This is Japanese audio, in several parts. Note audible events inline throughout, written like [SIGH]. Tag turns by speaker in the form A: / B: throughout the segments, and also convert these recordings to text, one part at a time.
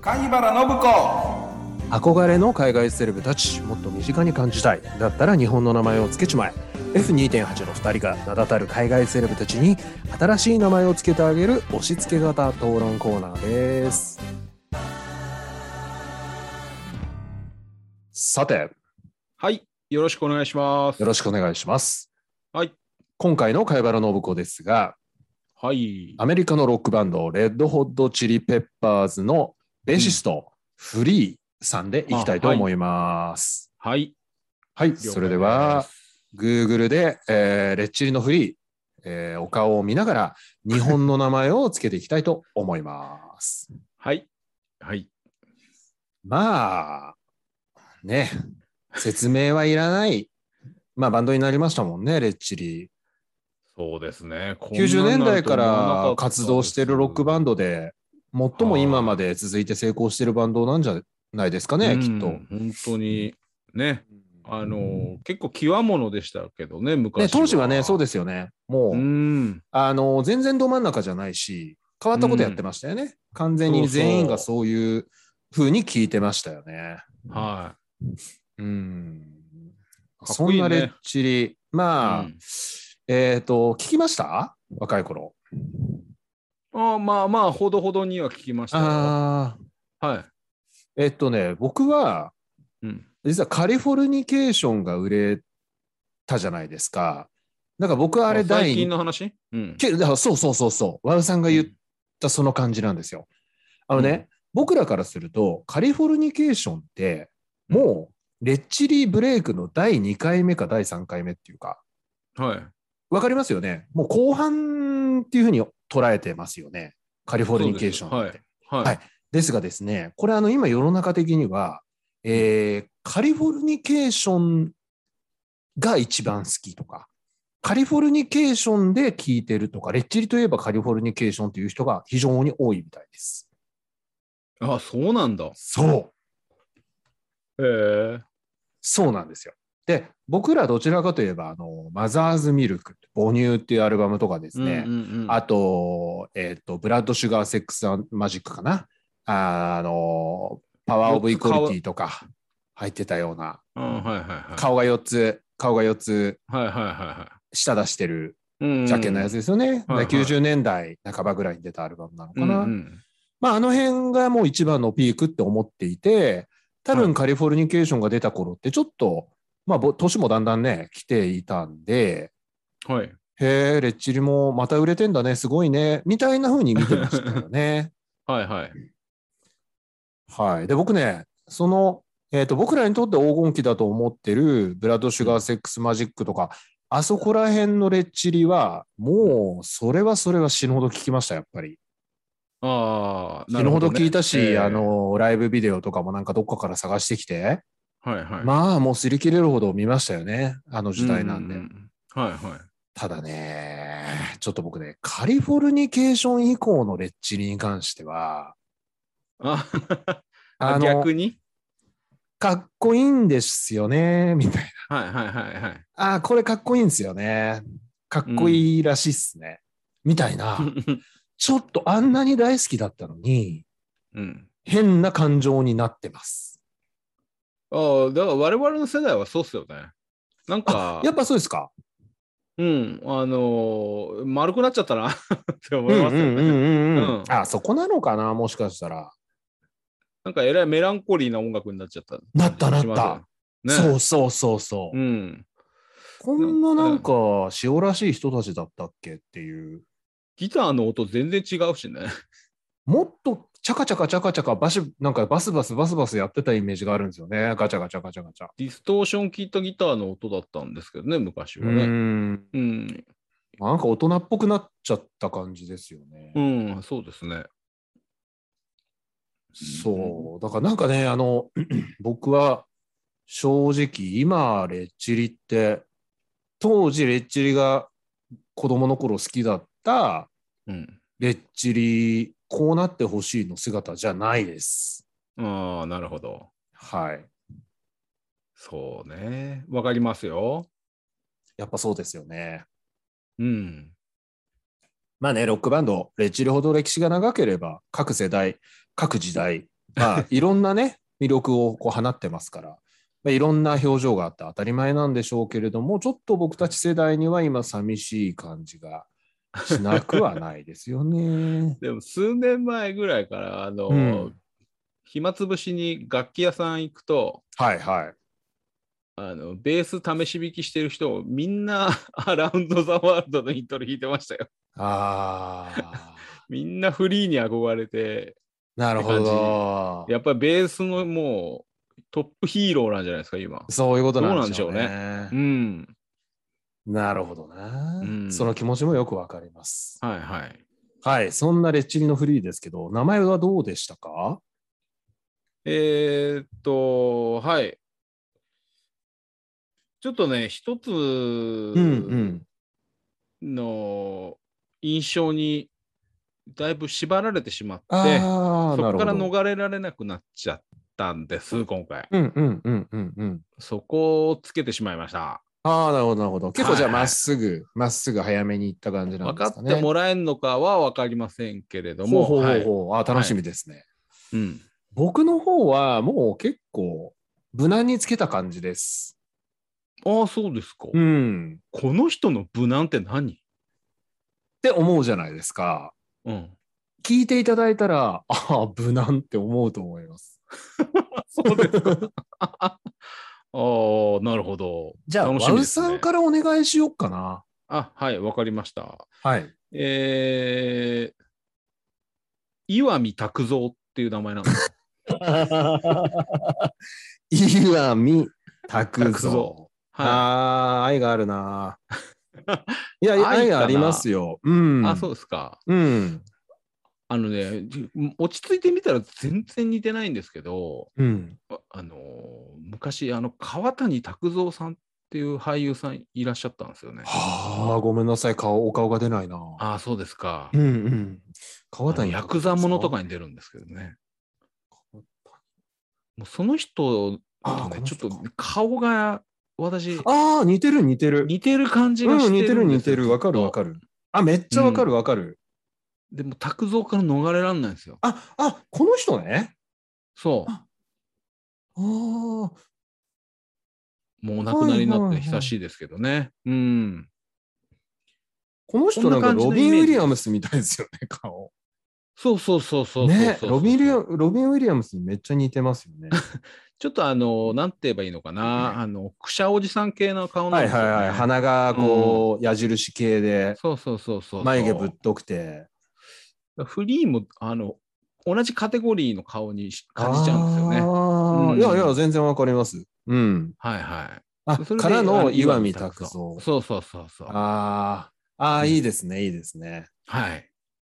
A: 貝原信子
B: 憧れの海外セレブたちもっと身近に感じたいだったら日本の名前を付けちまえ F2.8 の2人が名だたる海外セレブたちに新しい名前を付けてあげる押し付け型討論コーナーですさて
C: はい。よろしくお願いします。
B: よろしくお願いします
C: はい
B: 今回の貝原信子ですが
C: はい。
B: アメリカのロックバンドレッドホットチリペッパーズのベーシスト、フリーさんでいきたいと思います、
C: はい。
B: はい、それでは、Google で、えーレッチリのフリー、えーお顔を見ながら、日本の名前をつけていきたいと思います。
C: はい。はい。
B: まあ、ね、説明はいらない、まあ、バンドになりましたもんね、レッチリ。
C: そうですね。こんなん
B: 90年代か
C: な
B: ら
C: んて思わなかった
B: 活動してるロックバンドで、最も今
C: はい
B: まで続いて成功してるバンドなんじゃないですか
C: で
B: ね、
C: す
B: きっと。
C: うん本当に。ね。あのー、結構極ものでしたけどね、昔は。
B: ね、当時はね、そう
C: で
B: ですよね。もう、
C: うん。
B: あの全然ど真ん中じゃないし変わったことやってましたよね、完全に全員がそういう風に聞いてましたよね
C: は
B: うん
C: かっ
B: そ
C: こい
B: ん
C: いね
B: なレッチリまあ、
C: うん
B: えっ、と聞きました若い頃
C: い。あーまあまあ、ほどほどには聞きましたよ。は
B: ああ
C: い。
B: えっ、とね僕は
C: うん。
B: 実はカリフォルニケーションが売れたじゃないですかだから僕はあれ第
C: 最近
B: 二
C: の話うん。
B: けだからそうそうそうそう和田さんが言ったその感じなんですよあのね、
C: うん
B: 僕らからするとカリフォルニケーションってもうレッチリブレイクの第2回目か第3回目っていうか
C: はい。
B: わかりますよねもう後半っていうふうに捉えてますよねカリフォルニケーション
C: そう
B: ってで,、
C: ですすはい。
B: はいがですねこれあの今世の中的には、えーカリフォルニケーションが一番好きとかカリフォルニケーションで聞いてるとかレッチリといえばカリフォルニケーションという人が非常に多いみたいです
C: あ、そうなんだ。へ
B: そう
C: え。
B: そうなんですよ。で、僕らどちらかといえば、あの、マザーズミルク、母乳っていうアルバムとかですね、
C: うんうんうん
B: あと、えっ、と、ブラッド・シュガー・セックス・マジックかな、あーあの、パワー・オブ・イコリティとか入ってたような、
C: うんはいはいは
B: 顔が4つ、顔が4つ
C: い。はいはいはいは
B: 舌出してる
C: い。うんうん
B: ジャケのやつですよね。
C: うんはいはい
B: で90年代半ばぐらいに出たアルバムなのか
C: う
B: な。
C: んうん
B: まあ、あの辺がもう一番のピークって思っていて、多
C: は
B: 分
C: い
B: カリフォルニケーションが出た頃って、ちょっと、まあ、ぼ年もだんだんね、来ていたんで、
C: はい。
B: へえ、レッチリもまた売れてんだね、すごいね、みたいな風に見てました
C: [LAUGHS]
B: よね。
C: はいはい。
B: はい。で、僕ね、その、えっ、と、僕らにとって黄金期だと思ってる、ブラッド・シュガー・セックス・マジックとか、あそこら辺のレッチリは、もう、それはそれは死ぬほど聞きました、やっぱり。
C: ああ、
B: 死ぬほど
C: ね
B: 聞いたし、
C: えー
B: あの、ライブビデオとかもなんかどっかから探してきて、
C: はいはい。
B: まあもう擦り切れるほど見ましたよねあの時代なんで、
C: うううはいはい。
B: ただねちょっと僕ねカリフォルニケーション以降のレッチリに関しては
C: あ
B: [LAUGHS] あの
C: 逆に
B: かっこいいんですよねみたい
C: はいはいはいはい。 [LAUGHS]
B: なあーこれかっこいいんですよねかっこいいらしいっすね、みたいなちょっとあんなに大好きだったのに
C: うん、
B: 変な感情になってます
C: ああ、だから我々の世代はそうっすよね。なんか、
B: やっぱそうですか
C: うん、あのー丸くなっちゃったなって思
B: う
C: い
B: ん
C: ま
B: うん
C: すよね。
B: うんうんうん
C: うん
B: あそこなのかなもしかしたら、
C: なんかえらいメランコリーな音楽になっちゃった。
B: なったなった
C: しますよね、
B: そうそうそうそう、
C: うん。
B: こんななんか塩らしい人たちだったっけっていう、
C: ギターの音全然違うしね。 [LAUGHS]
B: もっとチャカチャカチャカチャカバシ、なんかバスバスバスバスやってたイメージがあるんですよね。ガチャガチャガチャガチャ。
C: ディストーション聞いたギターの音だったんですけどね、昔
B: う
C: は
B: ー
C: ね。
B: ん。
C: うん、
B: なんか大人っぽくなっちゃった感じですよね。
C: うん、そうですね。
B: そう。だからなんかね、あの、 [CLEARS THROAT] 僕は正直今、レッチリって、当時レッチリが子供の頃好きだった
C: うん。
B: レッチリ、こうなってほしいの姿じゃないです。
C: ああ、なるほど。
B: はい。
C: そうね。わかりますよ。
B: やっぱそうですよね。
C: うん。。
B: まあね、ロックバンド、レッチリほど歴史が長ければ、各世代、各時代、まあ、いろんなね、魅力をこう放ってますから、まあ、いろんな表情があって当たり前なんでしょうけれども、ちょっと僕たち世代には今、寂しい感じがしなくはないですよね
C: [LAUGHS] でも数年前ぐらいから、あの、
B: うん
C: 暇つぶしに楽器屋さん行くと、
B: はいはい。
C: あのベース試し弾きしてる人をみんな [LAUGHS] アラウンド・ザ・ワールドのイントロ弾いてましたよ。
B: ああ、
C: みんなフリーに憧れて、
B: なるほど。
C: やっぱりベースのもうトップヒーローなんじゃないですか、今。
B: そういうことなんでしょう
C: どう
B: ね
C: う。ん。
B: なるほどな、
C: うん
B: その気持ちもよくわかります。
C: はいはい。
B: はい、そんなレッチリのフリーですけど、名前はどうでしたか
C: えーっと、はい。ちょっとね、一つ
B: うんうん。
C: の印象にだいぶ縛られてしまって、
B: ああ、
C: そ
B: な
C: こ
B: る
C: か
B: ほ
C: ら
B: ど。
C: 逃れられなくなっちゃったんです、今回。
B: うんうんうんうんうん。
C: そこをつけてしまいました。
B: ああ、なるほど、なるほど。結構じゃあ、
C: はいはい
B: まっすぐ、まっすぐ早めに行った感じな
C: 分
B: んで
C: か
B: す
C: っ
B: かね。
C: てもらえるのかは分かりませんけれど
B: ほう
C: も、
B: ほうほ
C: は
B: う
C: い
B: ほう。あー楽しみですね、
C: うん
B: 僕の方は、もう結構、無難につけた感じです。
C: ああ、そうですか。
B: うん。っ
C: この人の無難って何
B: て思うじゃないですか。
C: うん。
B: 聞いていただいたら、ああ、無難って思うと思います。
C: [LAUGHS] そうですか。ああ、なるほど。
B: [LAUGHS] じゃあ、
C: 楽し
B: ワ
C: み
B: ウ
C: ですね
B: さんからお願いしようかな。
C: あ、はい、わかりました。
B: はい。
C: えー、岩見拓三っていう名前なんです
B: 岩見拓
C: 拓三
B: 三。
C: は
B: [LAUGHS] ああ、愛があるな。いや、
C: [LAUGHS] 愛かな
B: 愛ありますよ。うん。
C: い。あ、そうですか。
B: うん。
C: あのね、じ落ち着いてみたら全然似てないんですけど、
B: うん。
C: ああのー昔、あの、川谷拓三さんっていう俳優さんいらっしゃったんですよね。
B: はあ、ごめんなさい。顔、お顔が出ないな。
C: ああ、そうですか。
B: うんうん。川
C: あの
B: 谷
C: ヤクザものとか
B: に。
C: に出るんですけどね。もうその人
B: あ
C: と
B: ー
C: ね
B: この
C: ちょ
B: 人
C: っ
B: か
C: と顔が私、
B: ああ、似てる似てる。
C: 似てる感じ
B: う
C: がして
B: ん、似て
C: る
B: る
C: んで
B: 似
C: すよ
B: てる。わかるわか
C: る。
B: る。あ、めっちゃわかるわかる。
C: でも、拓三から逃れられないんですよ。
B: あ、あ、この人ね。
C: そ
B: あああ、
C: う。もうお亡くなりにな
B: は
C: っ
B: いはい
C: て
B: はい
C: 久しいですけどね。うん。
B: この人なんか
C: こんな
B: ロ
C: 感じのイ
B: ビ
C: メー
B: ン・
C: ジ
B: ウィリアムスみたいですよね、顔。
C: そうそうそうそうそうそう
B: ね、ロビン・ウィリアムロビンウィリアムスにめっちゃ似てますよ
C: [LAUGHS]
B: ね。
C: ちょっとあの、なんて言えばいいのかな。あの、くしゃおじさん系の顔なん
B: はい
C: ですよ、
B: は
C: ね。
B: いはい。鼻がこう、矢印系で、
C: そうそうそうそうそう。
B: 眉毛ぶっとくて。
C: フリーも、あの、同じカテゴリーの顔にし感じちゃうんですよね。
B: よ
C: うん
B: いやいや、全然わかります。うん。
C: はいはい。
B: あ、
C: それで
B: から
C: あ
B: の岩見
C: 拓
B: 拓
C: 三
B: 三。
C: そうそうそうそう。
B: あーあー、いいですね、いいですね。
C: はい。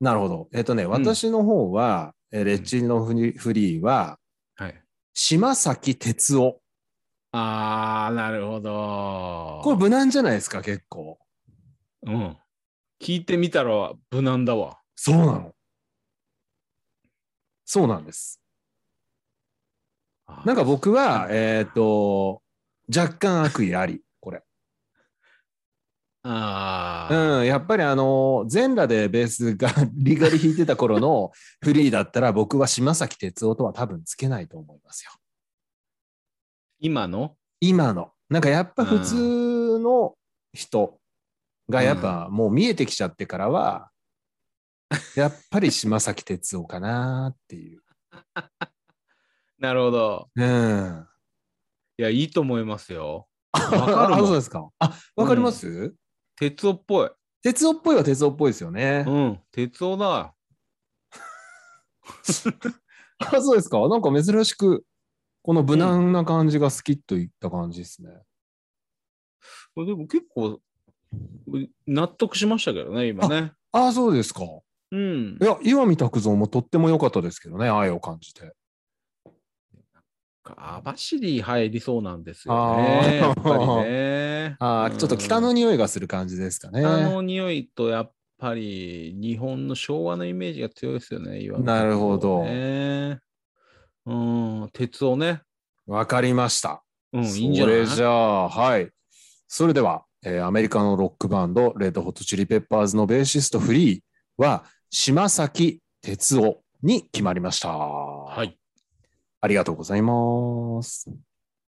B: なるほど。えっ、とね、私の方は、えーレッチリのフリフリーは、
C: はい。
B: 島崎哲夫。
C: あー、なるほど。
B: これ無難じゃないですか、結構。
C: うん。聞いてみたら無難だわ。
B: そうなの。そうなんです。なんか僕は、えっ、と、若干悪意あり、これ。
C: あー、
B: うん、やっぱりあの、全裸でベースがリガリ弾いてた
C: [LAUGHS]
B: 頃のフリーだったら、僕は島崎哲夫とは多分つけないと思いますよ。
C: 今の
B: 今の。なんかやっぱ普通の人がやっぱもう見えてきちゃってからは、やっぱり島崎哲夫かなっていう。
C: なるほど。
B: うん。
C: いや、いいと思いますよ。
B: [LAUGHS]
C: わかる
B: あ、そう
C: も
B: で
C: ん。
B: すか。あ、わかります
C: 鉄夫っぽい。
B: 哲夫っぽいは哲夫っぽいですよね
C: う。ん、鉄夫だ。
B: あ、そうですか。なんか珍しく、この無難な感じが好きといった感じですね。
C: でも結構、納得しましたけどね、今ね。
B: あ、そうですか。
C: うん
B: い。や、岩見拓三もとっても良かったですけどね、愛を感じて。
C: 網走入りそうなんですよね。や
B: あ
C: っ
B: ー
C: ぱりね。
B: [LAUGHS] ああ、ちょっと北の
C: うん
B: 匂いがする感じですかね。
C: 北の匂いとやっぱり日本の昭和のイメージが強いですよね、岩見
B: なるほど
C: ねうん、鉄をね。
B: わかりました。
C: うん、いいんじゃない
B: それじゃあ、はい。それでは、えーアメリカのロックバンド、レッドホットチリペッパーズのベーシストフリーは、島崎哲夫に決まりました。
C: はい。
B: ありがとうございます。